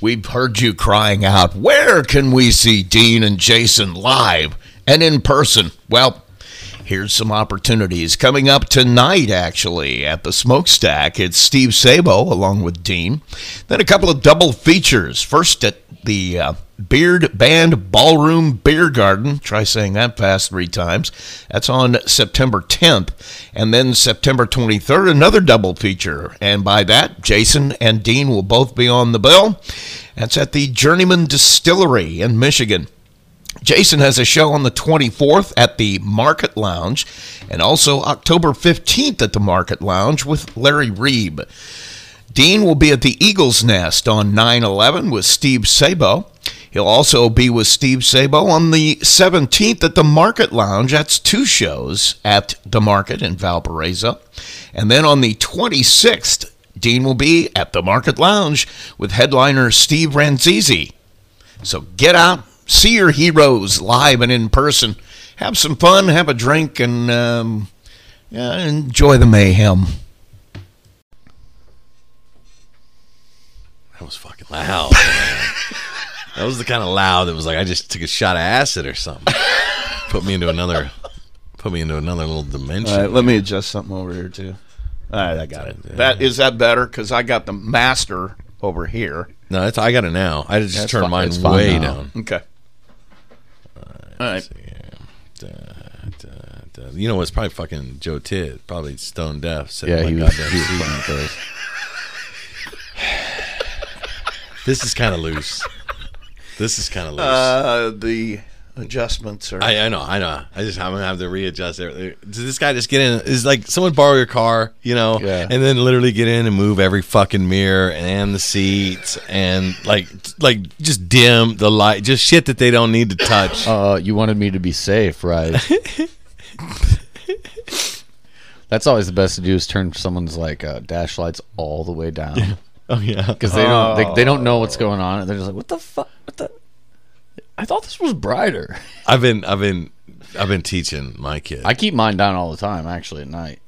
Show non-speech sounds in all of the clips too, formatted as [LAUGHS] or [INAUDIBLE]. We've heard you crying out, Where can we see Dean and Jason live and in person? Well, here's some opportunities coming up tonight, actually, at the Smokestack. It's Steve Sabo along with Dean. Then a couple of double features. First at the uh, Beard Band Ballroom Beer Garden. Try saying that fast three times. That's on September 10th. And then September 23rd, another double feature. And by that, Jason and Dean will both be on the bill. That's at the Journeyman Distillery in Michigan. Jason has a show on the 24th at the Market Lounge and also October 15th at the Market Lounge with Larry Reeb. Dean will be at the Eagles Nest on 9 11 with Steve Sabo. He'll also be with Steve Sabo on the 17th at the Market Lounge. That's two shows at the Market in Valparaiso. And then on the 26th, Dean will be at the Market Lounge with headliner Steve Ranzizi. So get out, see your heroes live and in person. Have some fun, have a drink, and um, yeah, enjoy the mayhem. That was fucking loud. man. that was the kind of loud that was like I just took a shot of acid or something. Put me into another, put me into another little dimension. All right, let me adjust something over here too. All right, I got it. That is that better because I got the master over here. No, that's I got it now. I just That's turned fine- mine it's fine way now. down. Okay. Uh, All right. Da, da, da. You know, it's probably fucking Joe Tidd, probably stone deaf. sitting Yeah, on he my was. goddamn He was seat. fine with those. [SIGHS] This is kind of loose. This is kind of loose. Uh, the adjustments are. I, I know, I know. I just I'm gonna have to readjust everything. Does this guy just get in? Is like someone borrow your car, you know, Yeah. and then literally get in and move every fucking mirror and the seats and like like just dim the light, just shit that they don't need to touch. Uh, you wanted me to be [LAUGHS] safe, right? That's always the best to do is turn someone's like uh, dash lights all the way down oh [LAUGHS] yeah, Oh. because they don't they, they don't know what's going on and they're just like what the fuck what the I thought this was brighter. I've been I've been I've been teaching my kid. I keep mine down all the time actually at night.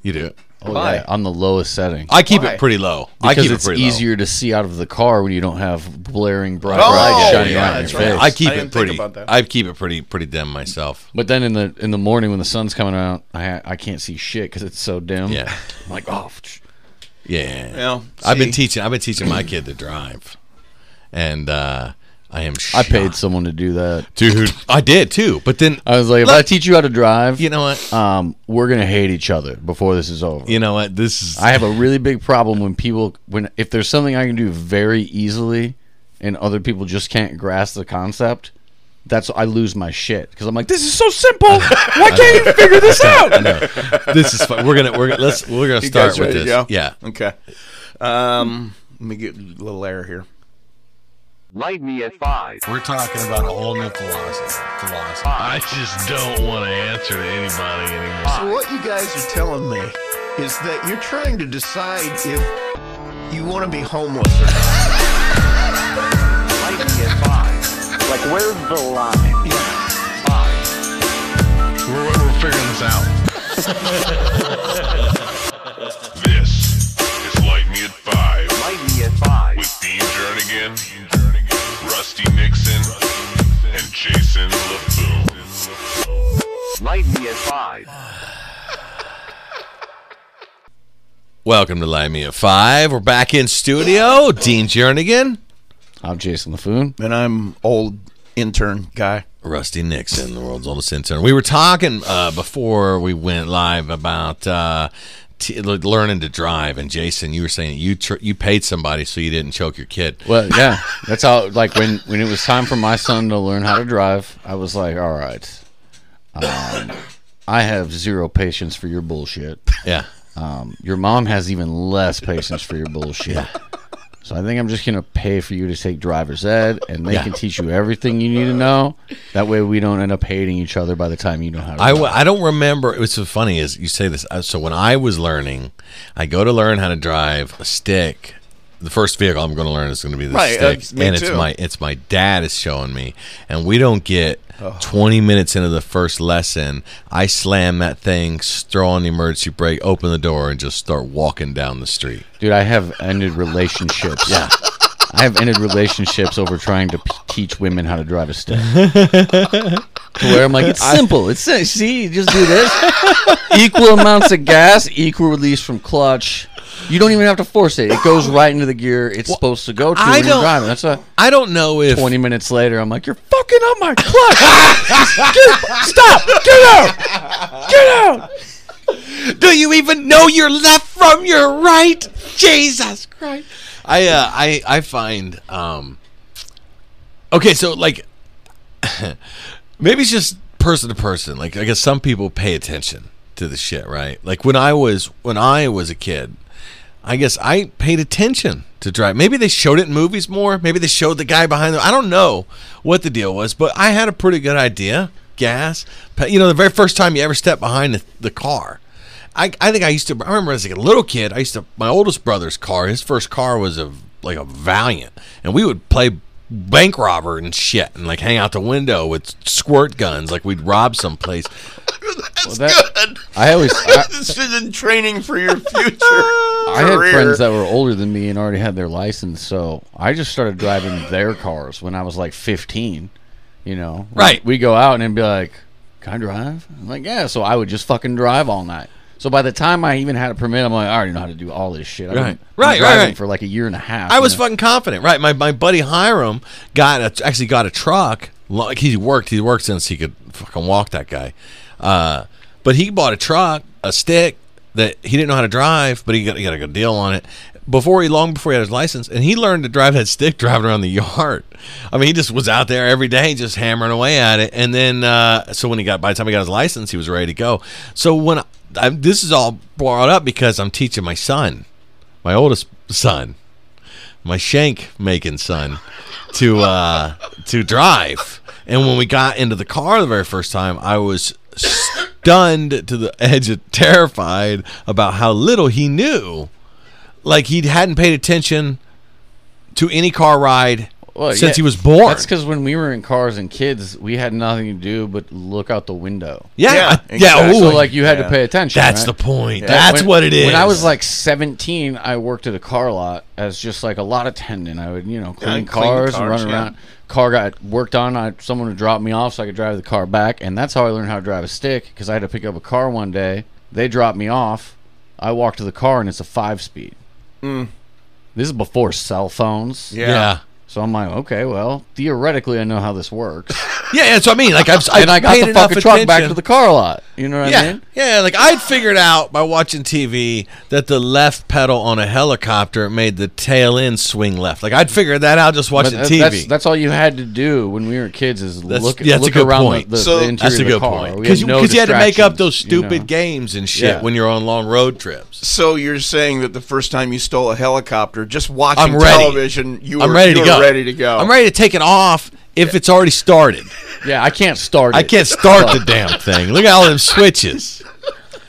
you do. it. Oh Why? yeah, on the lowest setting. I keep Why? it pretty low. I because keep it's it pretty low. easier to see out of the car when you don't have blaring bright Oh, lights shining yeah, right in that's your right. face. I keep I it didn't think pretty. about that. I keep it pretty pretty dim myself. But then in the in the morning when the sun's coming out, I ha- I can't see shit because it's so dim. Yeah. I'm like oh, psh. Yeah. Well, I've been see. teaching. I've been teaching my kid to drive, and uh, I am. I Shocked. paid someone to do that. dude. I did too. But then Uh, I was like, if I teach you how to drive, you know what? um, we're gonna hate each other before this is over. You know what? This is. I have a really big problem when people when if there's something I can do very easily, and other people just can't grasp the concept. That's I lose my shit because I'm like, this is so [LAUGHS] simple. Why can't you figure this out? [LAUGHS] this is. Fun. We're gonna. We're gonna. Let's. We're gonna You start guys with ready this. to go? Yeah. Okay. Um, let me get a little air here. Light me at five. We're talking about a whole new philosophy. philosophy. I just don't want to answer to anybody anymore. So what you guys are telling me is that you're trying to decide if you want to be homeless or not. Light me at five. Like where's the line? Five. We're, we're figuring this out. this is Light Me at Five Light me at five. with Dean Jernigan, Rusty Nixon, and Jason LaFoon. Light me at five. Welcome to Live Me at Five. We're back in studio. Dean Jernigan, I'm Jason LaFoon. And I'm old intern guy. Rusty Nixon, the world's oldest intern. We were talking uh, before we went live about uh, t- learning to drive, and Jason, you were saying you tr- you paid somebody so you didn't choke your kid. Well, yeah, that's how. Like when when it was time for my son to learn how to drive, I was like, all right, um, I have zero patience for your bullshit. Yeah. Um, your mom has even less patience for your bullshit. So I think I'm just gonna pay for you to take driver's ed, and they Yeah. can teach you everything you need to know. That way, we don't end up hating each other by the time you know how to. I, drive. w- I don't remember. It was so funny is you say this. Uh, So when I was learning, I go to learn how to drive a stick. The first vehicle I'm going to learn is going to be the Right, stick, that's me and too. it's my it's my dad is showing me, and we don't get 20 minutes into the first lesson. I slam that thing, throw on the emergency brake, open the door, and just start walking down the street. dude, I have ended relationships. Yeah. I have ended relationships over trying to p- teach women how to drive [LAUGHS] a stick. to where I'm like, it's simple. It's si- see, you just do this. equal amounts of gas, equal release from clutch. You don't even have to force it. It goes right into the gear it's supposed to go to I when you're don't- driving. That's a I don't know if 20 minutes later, I'm like, you're fucking up my clutch. [LAUGHS] Do you even know your left from your right? Jesus Christ! I uh, I I find um. Okay, so like, [LAUGHS] maybe it's just person to person. Like, I guess some people pay attention to the shit, right? Like when I was when I was a kid, I guess I paid attention to drive. Maybe they showed it in movies more. Maybe they showed the guy behind them. I don't know what the deal was, but I had a pretty good idea. Gas, pe- you know, the very first time you ever step behind the, the car. I, I think I used to. I remember as like a little kid, I used to. My oldest brother's car. His first car was a like a Valiant, and we would play bank robber and shit, and like hang out the window with squirt guns, like we'd rob someplace. That's that- good. I always. I, this is in training for your future. I had career. friends that were older than me and already had their license, so I just started driving their cars when I was like 15. You know, Right. We go out and it'd be like, "Can I drive?" I'm like, "Yeah." So I would just fucking drive all night. So by the time I even had a permit, I'm like, "I already know how to do all this shit." I've been- Right. been Right, right, driving right. For like a year and a half. I was you know? fucking confident, right? My my buddy Hiram got a, actually got a truck. Like he worked, he worked since he could fucking walk. That guy, uh, but he bought a truck, a stick that he didn't know how to drive, but he got, he got a good deal on it. Before he long before he had his license, and he learned to drive that stick [LAUGHS] driving around the yard. I mean, he just was out there every day, just hammering away at it. And then, uh, so when he got by the time he got his license, he was ready to go. So when I, I, this is all brought up because I'm teaching my son, my oldest son, my shank making son to uh to drive and when we got into the car the very first time i was stunned to the edge of terrified about how little he knew like he hadn't paid attention to any car ride Well, since yeah, he was born That's because when we were in cars and kids, we had nothing to do but look out the window. yeah Yeah, yeah, exactly. Oh, ooh, So like you had to pay attention. that's right? the point Yeah. that's When- what it is When I was like 17, I worked at a car lot as just like a lot attendant. I would, you know, clean clean the cars, and cars, run yeah. around. Car got worked on. I someone would drop me off so I could drive the car back, and that's how I learned how to drive a stick. Because I had to pick up a car one day. They dropped me off. I walked to the car, and it's a five speed. This is before cell phones. Yeah. yeah yeah, So I'm like, okay, well, theoretically, I know how this works. yeah that's what i mean like i've, I've and I got paid the enough fucking truck back attention. to the car lot. You know what I Yeah, mean? yeah. Like I'd figured out by watching TV that the left pedal on a helicopter made the tail end swing left. Like I'd figured that out just watching But TV. That's, that's all you had to do when we were kids is look, yeah, that's a look good around point. the, the, So- the interior That's a of the good car. point We because you, 'cause you had to make up those distractions, stupid you know? games and shit Yeah. when you're on long road trips. [LAUGHS] So you're saying that the first time you stole a helicopter, just watching I'm ready. television, you were, I'm ready you to were go. ready to go. I'm ready to take it off if it's already started. Yeah, I can't start. I it. can't start [LAUGHS] the damn thing. Look at all them switches.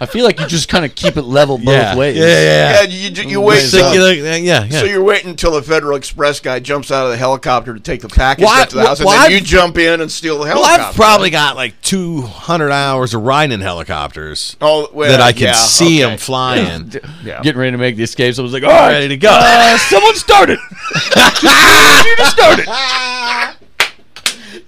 I feel like you just kind of keep it level [LAUGHS] both [LAUGHS] yeah. ways. yeah, Yeah, yeah, yeah. you, you wait. So you look- yeah, yeah. So you're waiting until the Federal Express guy jumps out of the helicopter to take the package Well, I- back to the house, well, and then I've- you jump in and steal the well, helicopter. I've probably got like 200 hours of riding helicopters Oh, well, that I can yeah, see okay. [LAUGHS] them flying. [LAUGHS] Yeah. Getting ready to make the escape, so I was like, "All All right, right, ready to go. Uh, [LAUGHS] someone started."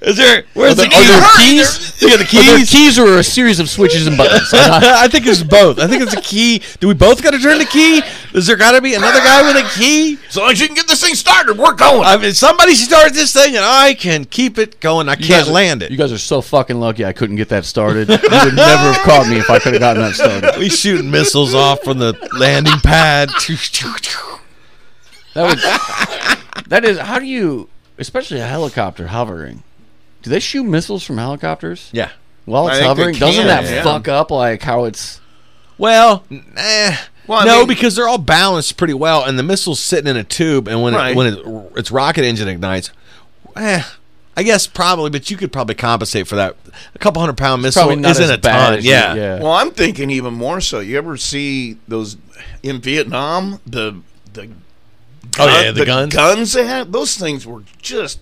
Is there? Where's Are the there, are there key? keys? You got the [LAUGHS] Are there keys. keys or a series of switches [LAUGHS] and buttons? I think it's both. I think it's a key. Do we both got to turn the key? Is there got to be another guy with a key? As long as you can get this thing started, we're going. I mean, somebody start this thing, and I can keep it going. I can't guys are- land it. You guys are so fucking lucky. I couldn't get that [LAUGHS] started. You would never have caught me if I could have gotten that started. we shooting missiles off from the landing [LAUGHS] pad. That would. [LAUGHS] that is. How do you, especially a helicopter hovering? Do they shoot missiles from helicopters? yeah. While I it's think they hovering, doesn't can, that yeah. fuck up like how it's? Well, nah. Well, I no, mean- because they're all balanced pretty well, and the missile's sitting in a tube, and when Right. it, when it, its rocket engine ignites, eh, I guess probably, but you could probably compensate for that. A couple hundred pound missile Probably not isn't as a bad ton, as you- yeah. Well, I'm thinking even more so. You ever see those in Vietnam? The the Oh yeah, the, guns. guns they had. Those things were just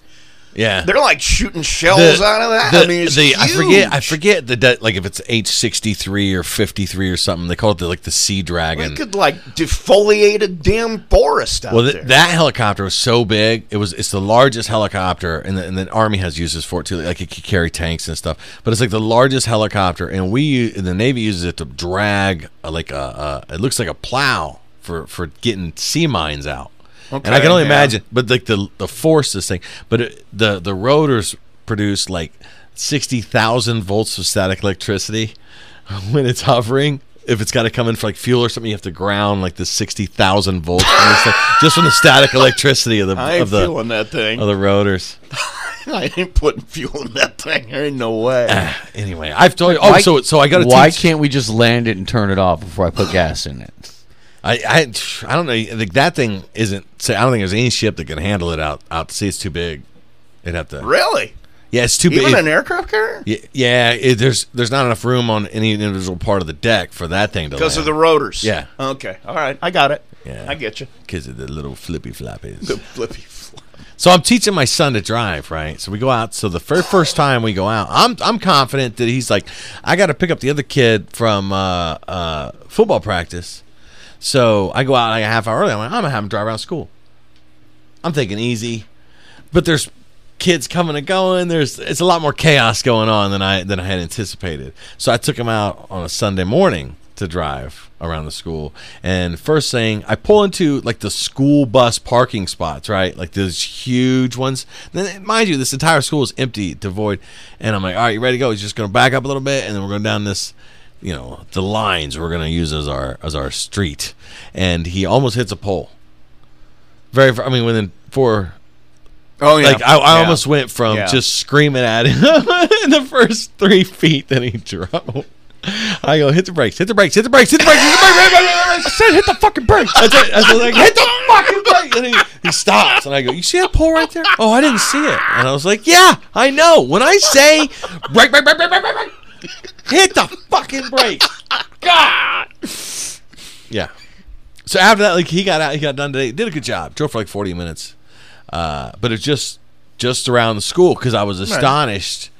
Yeah. They're like shooting shells out of that. The, I mean, it's the- I huge. forget. I forget the de- like if it's H sixty three or fifty three or something. They call it the, like the Sea Dragon. They could like defoliate a damn forest out well, th- there. that helicopter was so big. It was. It's the largest helicopter, and the, and the army has uses for it too. Like it could carry tanks and stuff. But it's like the largest helicopter, and we u- and the Navy uses it to drag uh, like a. Uh, it looks like a plow for for getting sea mines out. and I Okay, can only yeah. imagine, but like the the force this thing, but it, the the rotors produce like sixty thousand volts of static electricity when it's [LAUGHS] hovering. If it's got to come in for like fuel or something, you have to ground like the sixty thousand volts from this thing, [LAUGHS] just from the static electricity of the I of ain't the feeling that thing. of the rotors. [LAUGHS] [SIGHS] I ain't putting fuel in that thing. There ain't no Ah. way. Anyway, I've told you. Oh, Why- so so I got to Why teach. can't we just land it and turn it off before I put gas in it? I, I I don't know. Like that thing isn't. Say I don't think there's any ship that can handle it out out to sea. It's too big. It'd have to. really? Yeah, it's too Even big. an aircraft carrier? Y- Yeah, it, there's there's not enough room on any individual part of the deck for that thing to Because of land. the rotors. Yeah. Okay. All right. I got it. Yeah. I get you. because of the little flippy flappies. The flippy. flop. So I'm teaching my son to drive, right? So we go out. So the very first time we go out, I'm I'm confident that he's like, I got to pick up the other kid from uh, uh, football practice. So I go out like a half hour early. I'm like, I'm gonna have him drive around school. I'm thinking easy, but there's kids coming and going. There's it's a lot more chaos going on than I than I had anticipated. So I took him out on a Sunday morning to drive around the school. And first thing, I pull into like the school bus parking spots, right? Like those huge ones. Then mind you, this entire school is empty, devoid. And I'm like, all right, you ready to go? He's just gonna back up a little bit, and then we're going down this you know the lines we're gonna use as our as our street and he almost hits a pole very i mean within four Oh, like I, I almost went from Yeah. just screaming at him in the first three feet that he drove. I go hit the brakes, hit the brakes, hit the brakes, hit the brakes, hit the brakes, hit the brakes. I said hit the fucking brakes. I said, I said like, hit the fucking brakes. And he, he stops, and I go, you see that pole right there? Oh, I didn't see it. And I was like, yeah, I know. When I say brake, brake, brake, brake, brake, brake, brake, hit the fucking brakes. God. Yeah. So after that, like he got out, he got done today. Did a good job. Drove for like forty minutes, uh, but it's just just around the school because I was astonished.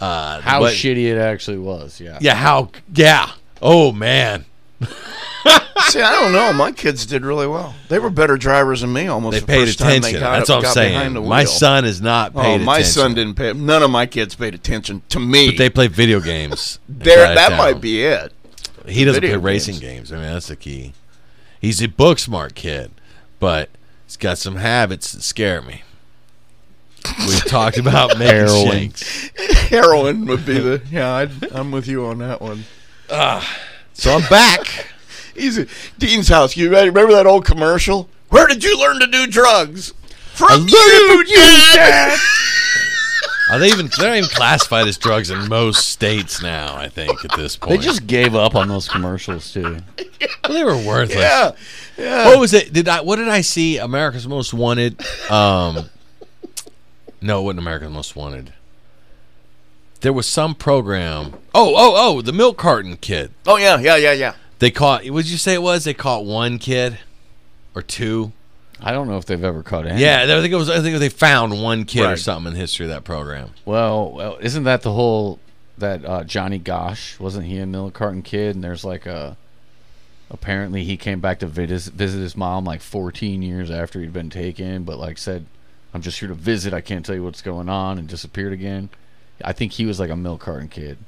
Uh, How but- shitty it actually was. Yeah. Yeah. How? Yeah. Oh man. [LAUGHS] See, I don't know. My kids did really well. They were better drivers than me almost. They the paid first attention. Time they got, That's what I'm got Behind the saying. My wheel. son is not Oh, paid attention. my son didn't pay. None of my kids paid attention to me. They play video games. and there, drive that down. might be it. He doesn't play video racing games. I mean, that's the key. He's a book smart kid, but he's got some habits that scare me. We talked about making Heroin. shakes. Heroin would be [LAUGHS] the. Yeah, I'd, I'm with you on that one. So I'm back. Easy. Dean's house. You ready? remember that old commercial? Where did you learn to do drugs? From you, Dad. Are they even? They're not even classified as drugs in most states now. I think at this They point, just gave up on those commercials too. they were worthless. Yeah. What was it? Did I? What did I see? America's Most Wanted. Um, no, it wasn't America's Most Wanted. There was some program. Oh, oh, oh! The milk carton kid. Oh yeah, yeah, yeah, yeah. They caught. Would you say it was? They caught one kid, or two? I don't know if they've ever caught any. Yeah, I think it was. I think they found one kid or Right. something in the history of that program. Well, well, isn't that the whole that uh, Johnny Gosh wasn't he a milk carton kid? And there's like a apparently he came back to visit visit his mom like 14 years after he'd been taken, but like said, "I'm just here to visit. I can't tell you what's going on," and disappeared again. I think he was like a milk carton kid.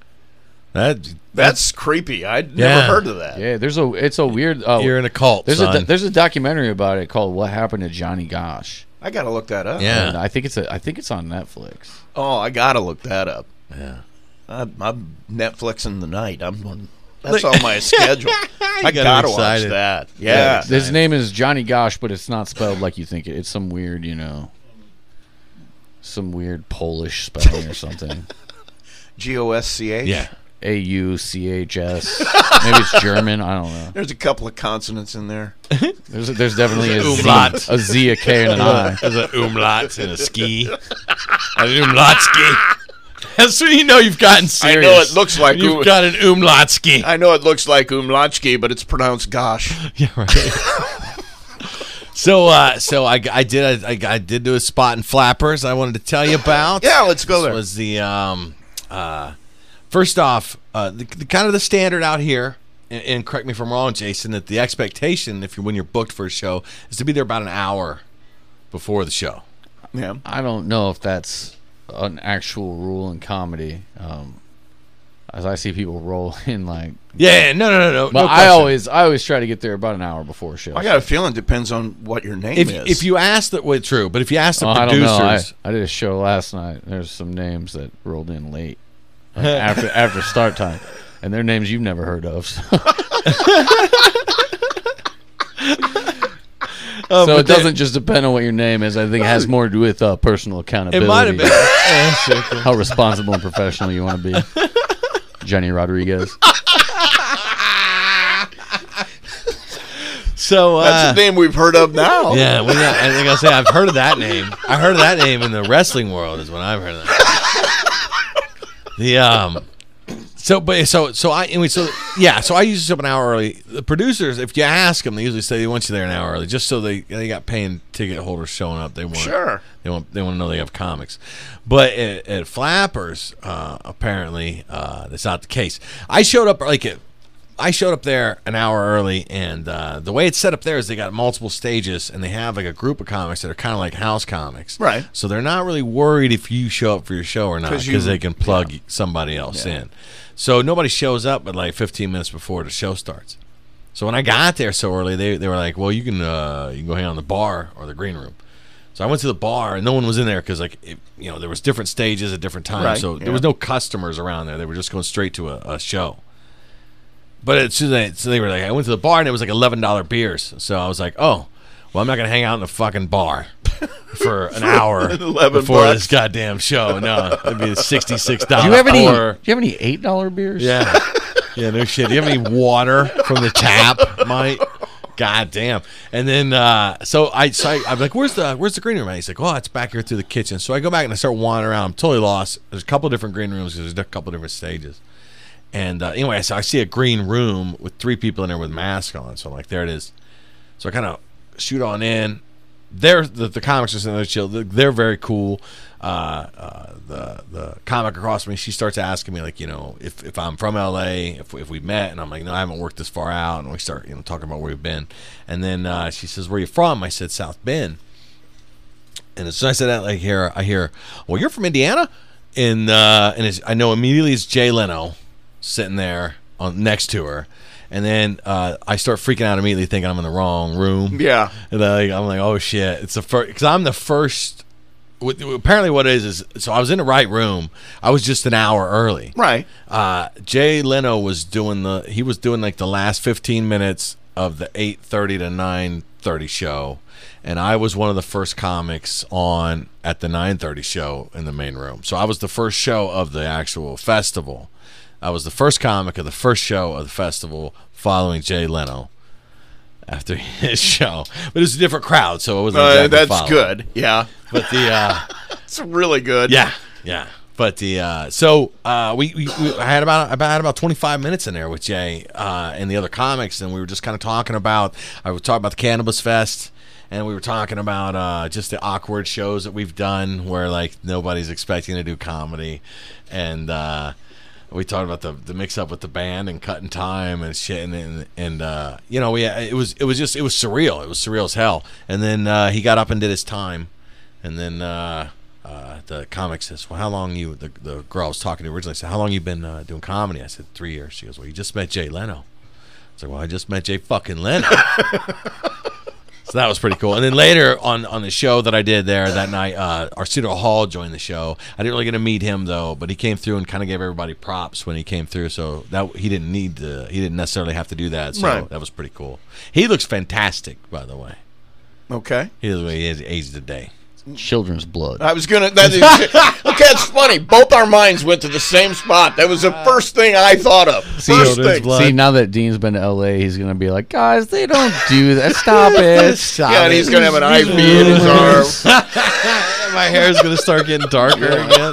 That That's creepy. I'd Yeah. never heard of that. Yeah, there's a it's a weird. Oh, you're in a cult, there's son. a there's a documentary about it called "What Happened to Johnny Gosh." I gotta look that up. Yeah. And I think it's a I think it's on Netflix. Oh, I gotta look that up. Yeah. I'm, I'm Netflixing the night. I'm on. That's on [LAUGHS] my schedule. I got him gotta watch excited. that. Yeah. His name is Johnny Gosh, but it's not spelled like you think it. It's some weird, you know, some weird Polish spelling [LAUGHS] or something. G O S C H. yeah. A U C H S. Maybe it's German. I don't know. There's a couple of consonants in there. There's there's definitely a Z, Umlaut. a Z, a K, and an I. There's an umlaut and a ski. An umlaut ski. That's when you know you've gotten I know serious. it looks like you've um- got an umlaut ski. [LAUGHS] I know it looks like umlachki, but it's pronounced gosh. yeah, right. So, uh, so I, I did I, I did do a spot in Flappers. I wanted to tell you about. Yeah, let's go [LAUGHS] there. Was the um, uh, first off, uh, the, the kind of the standard out here, and, and correct me if I'm wrong, Jason, that the expectation if you when you're booked for a show is to be there about an hour before the show. Yeah. I don't know if that's an actual rule in comedy. Um, as I see people roll [LAUGHS] in like, Yeah, yeah, no, no, no, no. but no I question. always I always try to get there about an hour before show. I got a feeling it depends on what your name if is. if you ask the well, true, but if you ask the Oh, I don't producers, know. I, I did a show last night. There's some names that rolled in late [LAUGHS] like, after after start time, and they're names you've never heard of. So, uh, so but it they- doesn't just depend on what your name is. I think it has more to do with uh, personal accountability. It might have been. how responsible and professional you want to be. [LAUGHS] Jenny Rodriguez. [LAUGHS] so uh, That's a name we've heard [LAUGHS] of now. Yeah, well, yeah. I think I say I've heard of that name. I heard of that name in the wrestling world is when I've heard of that. The um, so but so so I anyway so yeah so I usually show up an hour early. The producers, if you ask them, they usually say they want you there an hour early, just so they they got paying ticket holders showing up. They want Sure. they want they want to know they have comics, but at, at Flappers uh, apparently uh, that's not the case. I showed up like at, I showed up there an hour early, and uh, the way it's set up there is they got multiple stages, and they have like a group of comics that are kind of like house comics, Right. So they're not really worried if you show up for your show or not 'Cause because you- they can plug somebody else in. So nobody shows up but like 15 minutes before the show starts. So when I got there so early, they, they were like, "Well, you can uh, you can go hang out in the bar or the green room." So I went to the bar and no one was in there because like it, you know there was different stages at different times, Right, so yeah. there was no customers around there. They were just going straight to a, a show. But as soon as I, so they were like, I went to the bar and it was like eleven dollar beers. So I was like, oh, well, I'm not gonna hang out in the fucking bar [LAUGHS] for an hour 11 before bucks. this goddamn show. No, it'd be sixty six dollars. Do you have any? Do you have any eight dollar beers? Yeah. Yeah, no shit. Do you have any water from the tap, Mike? God damn. And then uh, so I so I, I'm like, where's the where's the green room? And he's like, Oh, it's back here through the kitchen. So I go back and I start wandering around. I'm totally lost. There's a couple different green rooms 'cause there's a couple different stages. And uh, anyway, so I see a green room with three people in there with masks on. So I'm like, there it is. So I kind of shoot on in. They're the, the comics are sitting there chill. They're, they're very cool. Uh, uh, the the comic across from me, she starts asking me like, you know, if, if I'm from LA, if we, if we met, and I'm like, no, I haven't worked this far out, and we start you know talking about where we've been, and then uh, she says, where you from? I said South Bend, and as soon as I said that, like here I hear, well, you're from Indiana, and uh, and it's, I know immediately it's Jay Leno sitting there on next to her, and then uh, I start freaking out immediately, thinking I'm in the wrong room. Yeah. And like, I'm like, oh shit! It's the first because I'm the first. What, apparently, what it is is so I was in the right room. I was just an hour early. Right. Uh, Jay Leno was doing the he was doing like the last 15 minutes of the 8:30 to 9:30 show, and I was one of the first comics on at the 9:30 show in the main room. So I was the first show of the actual festival. I was the first comic of the first show of the festival following Jay Leno after [LAUGHS] his show. But it was a different crowd, so it wasn't. Uh, exactly that's following. good. Yeah. But the uh, That's really good. yeah, yeah. But the uh, so uh, we, we, we I had about about had about twenty five minutes in there with Jay uh, and the other comics, and we were just kind of talking about I was talking about the Cannabis Fest, and we were talking about uh, just the awkward shows that we've done where like nobody's expecting to do comedy, and. Uh, we talked about the, the mix up with the band and cutting time and shit and and, and uh, you know we it was it was just it was surreal it was surreal as hell and then uh, he got up and did his time and then uh, uh, the comic says, "Well, how long you?" The, the girl I was talking to originally said, "How long you been uh, doing comedy?" I said, three years." She goes, "Well, you just met Jay Leno." I was like, "Well, I just met Jay fucking Leno." [LAUGHS] so that was pretty cool. And then later on on the show that I did there that night, uh, Arsenio Hall joined the show. I didn't really get to meet him though, but he came through and kind of gave everybody props when he came through. So that he didn't need to, he didn't necessarily have to do that. So Right. that was pretty cool. He looks fantastic, by the way. Okay. He is he is aged a day. Children's blood. I was gonna. That is, okay, it's funny. Both our minds went to the same spot. That was the first thing I thought of. First Children's thing. blood. See, now that Dean's been to LA, he's gonna be like, guys, they don't [LAUGHS] do that. Stop it. Stop Yeah, and he's gonna have an IV in [LAUGHS] his arm. My hair is gonna start getting darker [LAUGHS] again.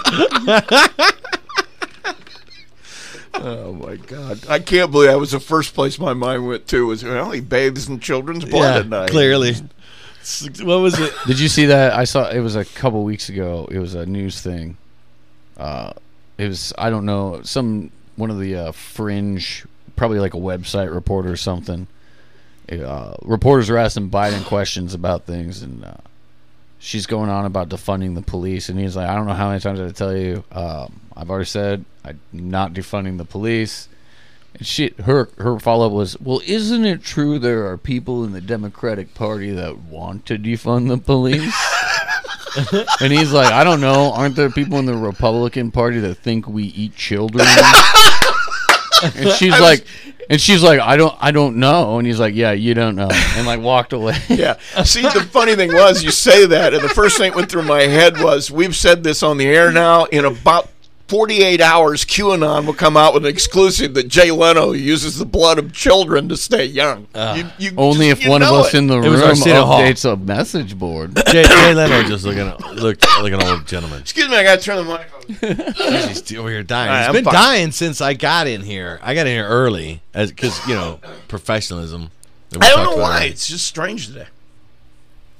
Oh my god! I can't believe that was the first place my mind went to. Was well, he bathes in children's blood at night. Clearly. What was it? Did you see that? I saw it was a couple weeks ago. It was a news thing. Uh, it was I don't know some one of the uh, fringe, probably like a website reporter or something. Uh, reporters were asking Biden questions about things, and uh, she's going on about defunding the police, and he's like, I don't know how many times I have to tell you. Um, I've already said I'm not defunding the police. And she, her, her follow up was, well, isn't it true there are people in the Democratic Party that want to defund the police? and he's like, I don't know. Aren't there people in the Republican Party that think we eat children? and she's like, and she's like, I don't, I don't know. And he's like, Yeah, you don't know. And like walked away. [LAUGHS] Yeah. See, the funny thing was, you say that, and the first thing that went through my head was, we've said this on the air now. In about 48 hours, QAnon will come out with an exclusive that Jay Leno uses the blood of children to stay young. You- you- Only if you one of know us it. in the It was room Arsenio Hall. updates a message board. Jay, Jay Leno just looking looked like an old gentleman. Excuse me, I got to turn the mic on. He's still over here dying. All right, He's I'm been fine. dying since I got in here. I got in here early as because you know professionalism. that we I don't talked know about why. earlier. It's just strange today.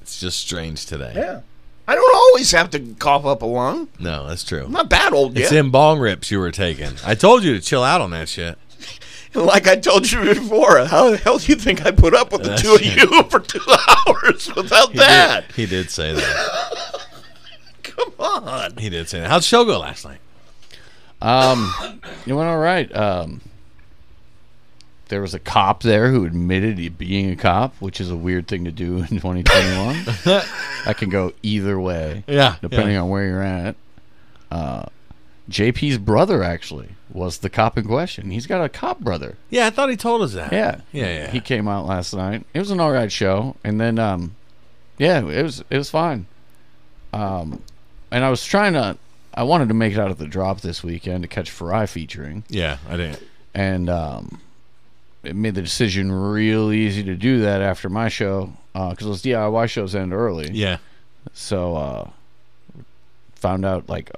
It's just strange today. Yeah. I don't always have to cough up a lung. No, that's true. I'm not that old It's yet. them bong rips you were taking. I told you to chill out on that shit. [LAUGHS] Like I told you before, how the hell do you think I put up with the That's two of it. you [LAUGHS] for two hours without that? He did say that. Come on. He did say that. How'd the show go last night? Um, [COUGHS] it went all right. Um, there was a cop there who admitted he being a cop, which is a weird thing to do in [LAUGHS] [LAUGHS] 2021. that can go either way, Yeah, depending on where you're at. Uh, JP's brother actually was the cop in question. He's got a cop brother. Yeah, I thought he told us that. Yeah, yeah, yeah. He came out last night. It was an all right show, and then um, yeah, it was it was fine. Um, and I was trying to, I wanted to make it out of the drop this weekend to catch Farai featuring, yeah, I didn't. and um, it made the decision real easy to do that after my show because those DIY shows end early. Yeah, So uh, found out like,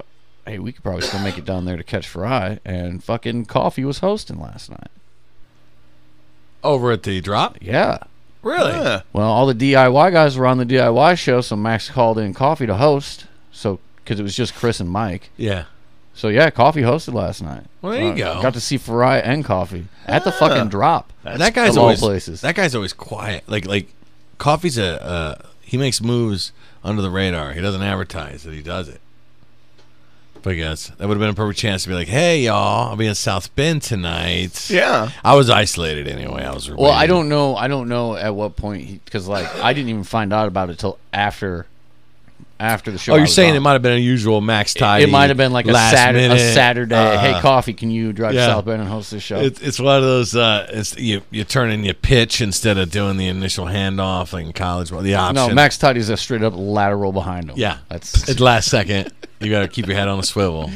hey, we could probably still make it down there to catch Farai, and fucking Coffee was hosting last night. over at the drop. Yeah. Really? Huh. Well, all the DIY guys were on the DIY show, so Max called in Coffee to host. So because it was just Chris and Mike. Yeah. So yeah, Coffee hosted last night. Well, there you Uh, go. Ah. Got to see Farai and Coffee at the fucking drop. that guy's of all always places. that guy's always quiet. Like like, coffee's a uh, he makes moves under the radar. He doesn't advertise that he does it. But I guess that would have been a perfect chance to be like, "Hey y'all, I'll be in South Bend tonight." Yeah. I was isolated anyway. I was well, I waiting. don't know. I don't know at what point because like I didn't even find out about it till after after the show. Oh, I you're was saying on. it might have been unusual Max Tidy. It might have been like a, last Saturday, a minute. Saturday. hey, Uh, Coffee, can you drive yeah. to South Bend and host this show? It's, it's one of those uh, it's, you you turn in your pitch instead of doing the initial handoff like in college. Well, the option. no, Max Toddy's a straight up lateral behind him. Yeah, that's it's last second. You got to keep your head on a swivel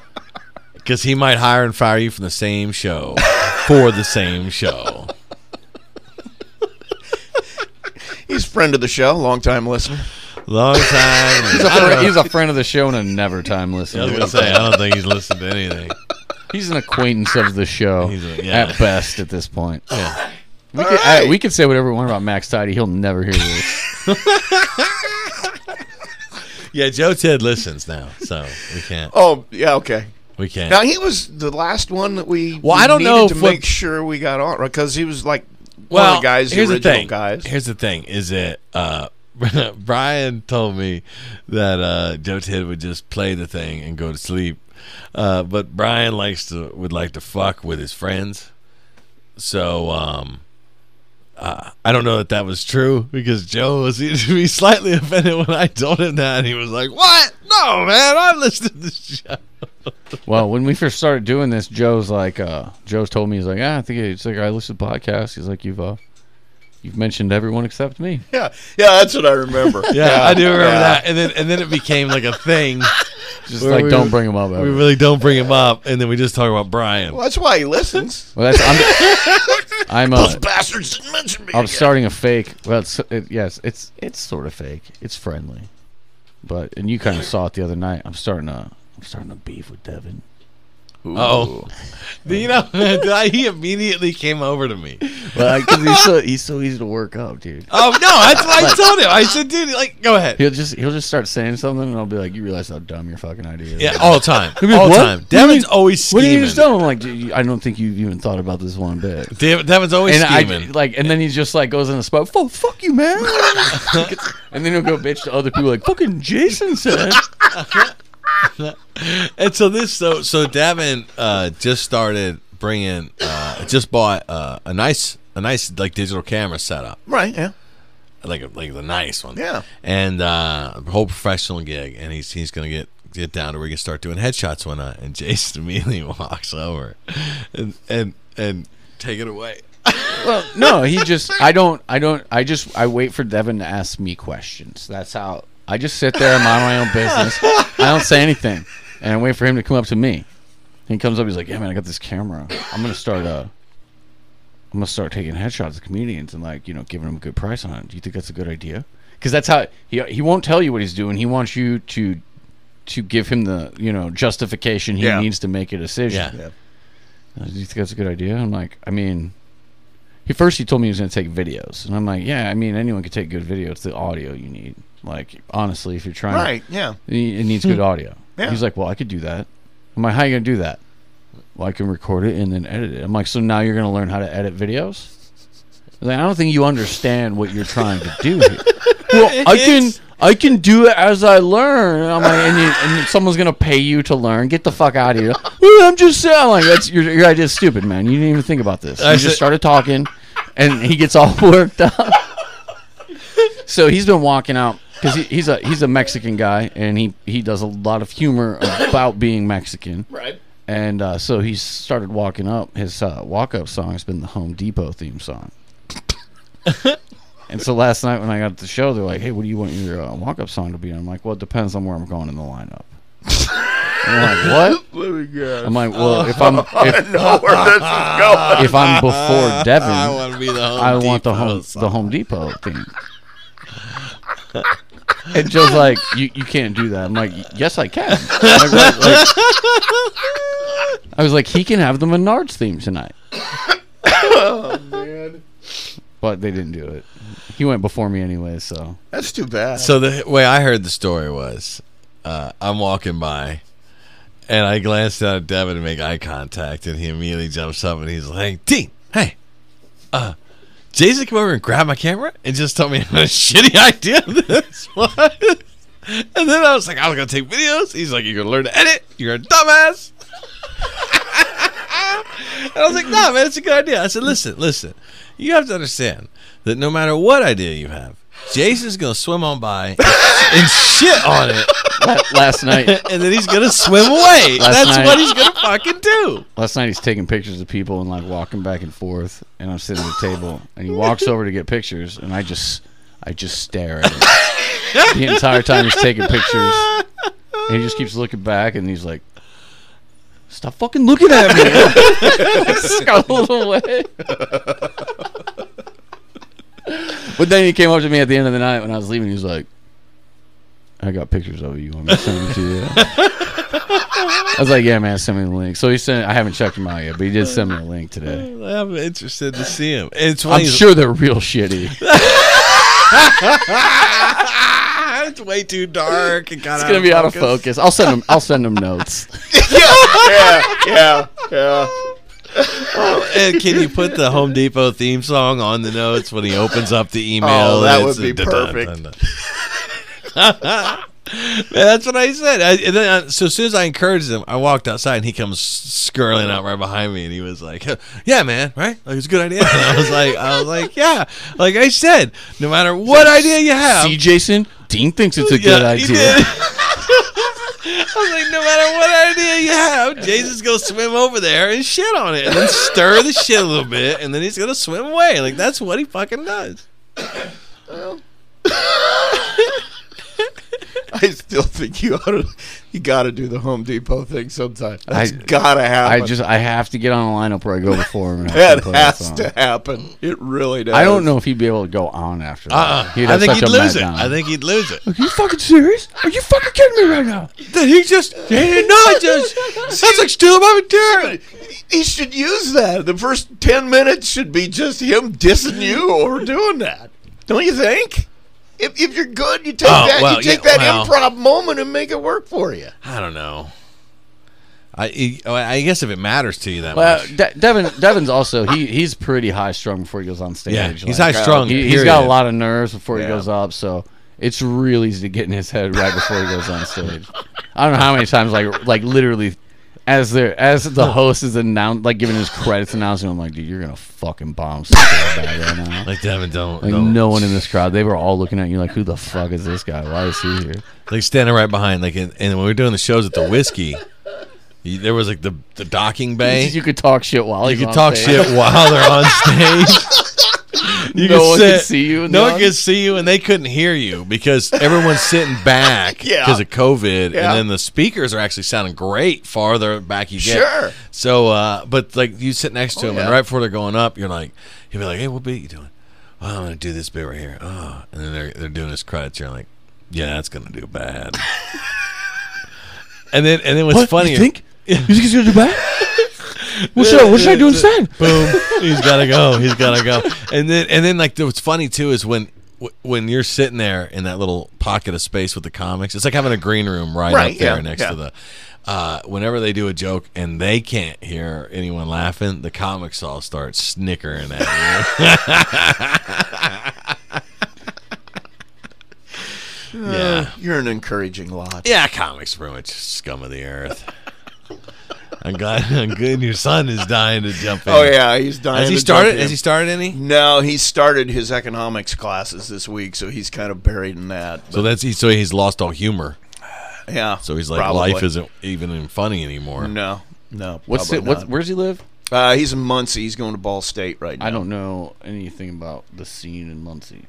[LAUGHS] because he might hire and fire you from the same show for the same show. He's a friend of the show, longtime listener. Long [LAUGHS] time. I don't know. he's a friend of the show and a never time I was listener. gonna say I don't think he's listened to anything. He's an acquaintance of the show [LAUGHS] He's a- yeah. at best at this [LAUGHS] point. Yeah. We could, uh, we could say whatever we want about Max Tidy. He'll never [LAUGHS] hear this. Yeah, Joe Ted listens now, so we can't. Oh, yeah, okay. We can't. Now he was the last one that we. Well, we I don't needed know to if what- make sure we got on because he was like one of the guys, the here's original thing. guys. Here's the thing: is it uh, [LAUGHS] Brian told me that uh, Joe Ted would just play the thing and go to sleep, uh, but Brian likes to would like to fuck with his friends, so um. Uh, I don't know that that was true because Joe was [LAUGHS] he, he was slightly offended when I told him that, and he was like, "What? No, man, I listened to this show." Well, when we first started doing this, Joe's like, uh, Joe's told me he's like, ah, I think it's like I listen to podcasts. He's like, you've uh, you've mentioned everyone except me. yeah, yeah, that's what I remember. [LAUGHS] Yeah, I do remember yeah. that, and then and then it became like a thing. Just Where like we don't were- bring him up. Ever. We really don't bring him up, and then we just talk about Brian. Well, that's why he listens. well, that's, I'm, [LAUGHS] [LAUGHS] I'm Those uh, bastards didn't mention me. I'm again. starting a fake. Well, it's, it, yes, it's it's sort of fake. It's friendly, but and you kind of saw it the other night. I'm starting to I'm starting to beef with Devin. Oh, you know, [LAUGHS] I- he immediately came over to me. Well, because he's so he's so easy to work up, dude. Oh no, that's what I told him. I said, dude, like, go ahead. He'll just he'll just start saying something, and I'll be like, "You realize how dumb your fucking idea is?" Yeah, all the [LAUGHS] time, all He'll be like, the "What? time. What do you Devin's mean- always What do scheming. you just tell him? Like, "Do you- I don't think you've even thought about this one bit. Dev- Devin's always And I scheming. like, and then he just like goes in the spot. Fuck, fuck you, man. [LAUGHS] and then he'll go bitch to other people like, "Fucking Jason said." and so this so so Davin uh, just started bringing uh, just bought uh, a nice a nice like digital camera setup Right, yeah. like a, like the nice one Yeah. and uh, a whole professional gig and he's he's gonna get get down to where he can start doing headshots when I and Jason [LAUGHS] immediately walks over and and and take it away well, [LAUGHS] no, he just. I don't. I don't. I just. I wait for Devin to ask me questions. That's how. I just sit there and mind my own business. I don't say anything, and I wait for him to come up to me. He comes up. He's like, "Yeah, man, I got this camera. I'm gonna start. Uh, I'm gonna start taking headshots of comedians and like, you know, giving them a good price on it. Do you think that's a good idea? Because that's how he he won't tell you what he's doing. He wants you to to give him the you know justification he Yeah. needs to make a decision. yeah Uh, Do you think that's a good idea? I'm like, I mean, he first he told me he was gonna take videos, and I'm like, yeah, I mean, anyone can take good video. It's the audio you need. Like, honestly, if you're trying, Right, yeah. it it needs good audio. [LAUGHS] Yeah. He's like, well, I could do that. I'm like, how you gonna do that? Well, I can record it and then edit it. I'm like, so now you're gonna learn how to edit videos? He's like, I don't think you understand what you're trying to do. [LAUGHS] Here. well, I can. I can do it as I learn. And I'm like, and, you, and someone's gonna pay you to learn. Get the fuck out [LAUGHS] of here. Well, I'm just saying, I'm like, that's your your idea's stupid, man. You didn't even think about this. You I said- just started talking, and he gets all [LAUGHS] worked up. So he's been walking out because he, he's a he's a Mexican guy, and he he does a lot of humor about being Mexican. Right. And uh, so he started walking up. His uh, walk up song has been the Home Depot theme song. and so last night when I got to the show, they're like, "Hey, what do you want your uh, walk up song to be?" And I'm like, "Well, it depends on where I'm going in the lineup." And I'm like, "What?" I'm like, "Well, if I'm if, No, where this is going. if I'm before Devin, I want to be the home I want the Depot home song. the Home Depot [LAUGHS] thing. and Joe's like, you, you can't do that. I'm like, yes, I can. Like, like- like- I was like, he can have the Menards theme tonight. oh man! Oh, But they didn't do it. He went before me anyway, so That's too bad. [LAUGHS] So the way I heard the story was, uh, I'm walking by, and I glanced down at Devin to make eye contact, and he immediately jumps up and he's like, "Dean, hey, uh, Jason, come over and grab my camera and just tell me [LAUGHS] what a shitty idea this [LAUGHS] was." And then I was like, "I was gonna take videos." He's like, "You're gonna learn to edit. You're a dumbass." and I was like, "Nah, man, it's a good idea." I said, "Listen, listen, you have to understand that no matter what idea you have, Jason's gonna swim on by and shit on it, la- last [LAUGHS] night, and then he's gonna swim away. Last That's night- what he's gonna fucking do." last night he's taking pictures of people and like walking back and forth, and I'm sitting at the table, and he walks over to get pictures, and I just, I just stare at him the entire time he's taking pictures, and he just keeps looking back, and he's like, "Stop fucking looking at me!" [LAUGHS] Scuttled away. but then he came up to me at the end of the night when I was leaving. He was like. I got pictures of it. You want me to send them to you? I was like, yeah, man, send me the link. So he sent. I haven't checked them out yet, but he did send me a link today. I'm interested to see him. It's I'm funny. sure they're [LAUGHS] real shitty. It's Ah, it's way too dark. It's gonna be out of focus. I'll send them. I'll send them notes. [LAUGHS] yeah, yeah, yeah. [LAUGHS] And can you put the Home Depot theme song on the notes when he opens up the email? Oh, that It's would be a dun- dun- dun- [LAUGHS] dun. Man, that's what I said. I, and then, uh, so as soon as I encouraged him, I walked outside and he comes skirling out right behind me, and he was like, [LAUGHS] "Yeah, man, right? Like it's a good idea." [LAUGHS] And I was like, "I was like, yeah, like I said, no matter what idea you have, See, Jason, Dean thinks it's a good yeah, he idea. [LAUGHS] did. I was like, no matter what idea you have, Jason's gonna swim over there and shit on it, and then stir the shit a little bit, and then he's gonna swim away. Like that's what he fucking does. I still think you ought to, you got to do the Home Depot thing sometime. That's I- gotta happen. I just I have to get on a lineup where I go before him. And have that him play that has song. to happen. It really does. I don't know if he'd be able to go on after that. Uh-uh. He'd I Uh, have think such he'd a lose it. meltdown. I think he'd lose it. Are you fucking serious? Are you fucking kidding me right now? Then he just yeah, no, I just that's like stealing my material. He should use that. The first ten minutes should be just him dissing you over doing that. Don't you think? If, if you're good, you take Oh, that well, you take yeah, that well. improv moment and make it work for you. I don't know. I I guess if it matters to you that Well, much. uh, De- Devin Devin's also he he's pretty high strung before he goes on stage. Yeah, he's high strung, He, has got period. a lot of nerves before Yeah. he goes up, so it's real easy to get in his head right before he goes on stage. I don't know how many times like like literally. As the as the host is announced, like giving his credits announcing, I'm like, dude, you're gonna fucking bomb so bad right now. Like Devin, don't Like don't- no one in this crowd, they were all looking at you like, who the fuck is this guy? Why is he here? like standing right behind. Like in, and when we were doing the shows at the whiskey, you- there was like the the docking bay. You could talk shit while You he's could on talk stage. [LAUGHS] shit while they're on stage. You No could one could sit- see you in No the one could see you, and they couldn't hear you because everyone's sitting [LAUGHS] back because Yeah. of COVID, Yeah. and then the speakers are actually sounding great farther back you get. Sure. So, uh, but like you sit next to Oh, them, and yeah. right before they're going up, you're like, you'll be like, "Hey, what beat you doing? Well, I'm gonna do this bit right here. Oh, and then they're they're doing his credits. You're like, yeah, that's gonna do [LAUGHS] bad. and then and then what's funny? [LAUGHS] You think he's gonna do bad? What should I, what should I do instead? boom [LAUGHS] he's gotta go he's gotta go and then and then like the- what's funny too is when wh- when you're sitting there in that little pocket of space with the comics it's like having a green room right, Right, up there yeah, next yeah. to the uh, whenever they do a joke and they can't hear anyone laughing the comics all start snickering at you [LAUGHS] yeah You're an encouraging lot. yeah comics pretty much scum of the earth I'm glad, I'm good. Your son is dying to jump in. Oh yeah, he's dying. Has he to started? jump in. Has he started any? No, he started his economics classes this week, so he's kind of buried in that. So that's he. So he's lost all humor. Yeah. So he's like, probably. life isn't even funny anymore. No, no. What's probably it? What's, not. where's he live? Uh, he's in Muncie. He's going to Ball State right now. I don't know anything about the scene in Muncie.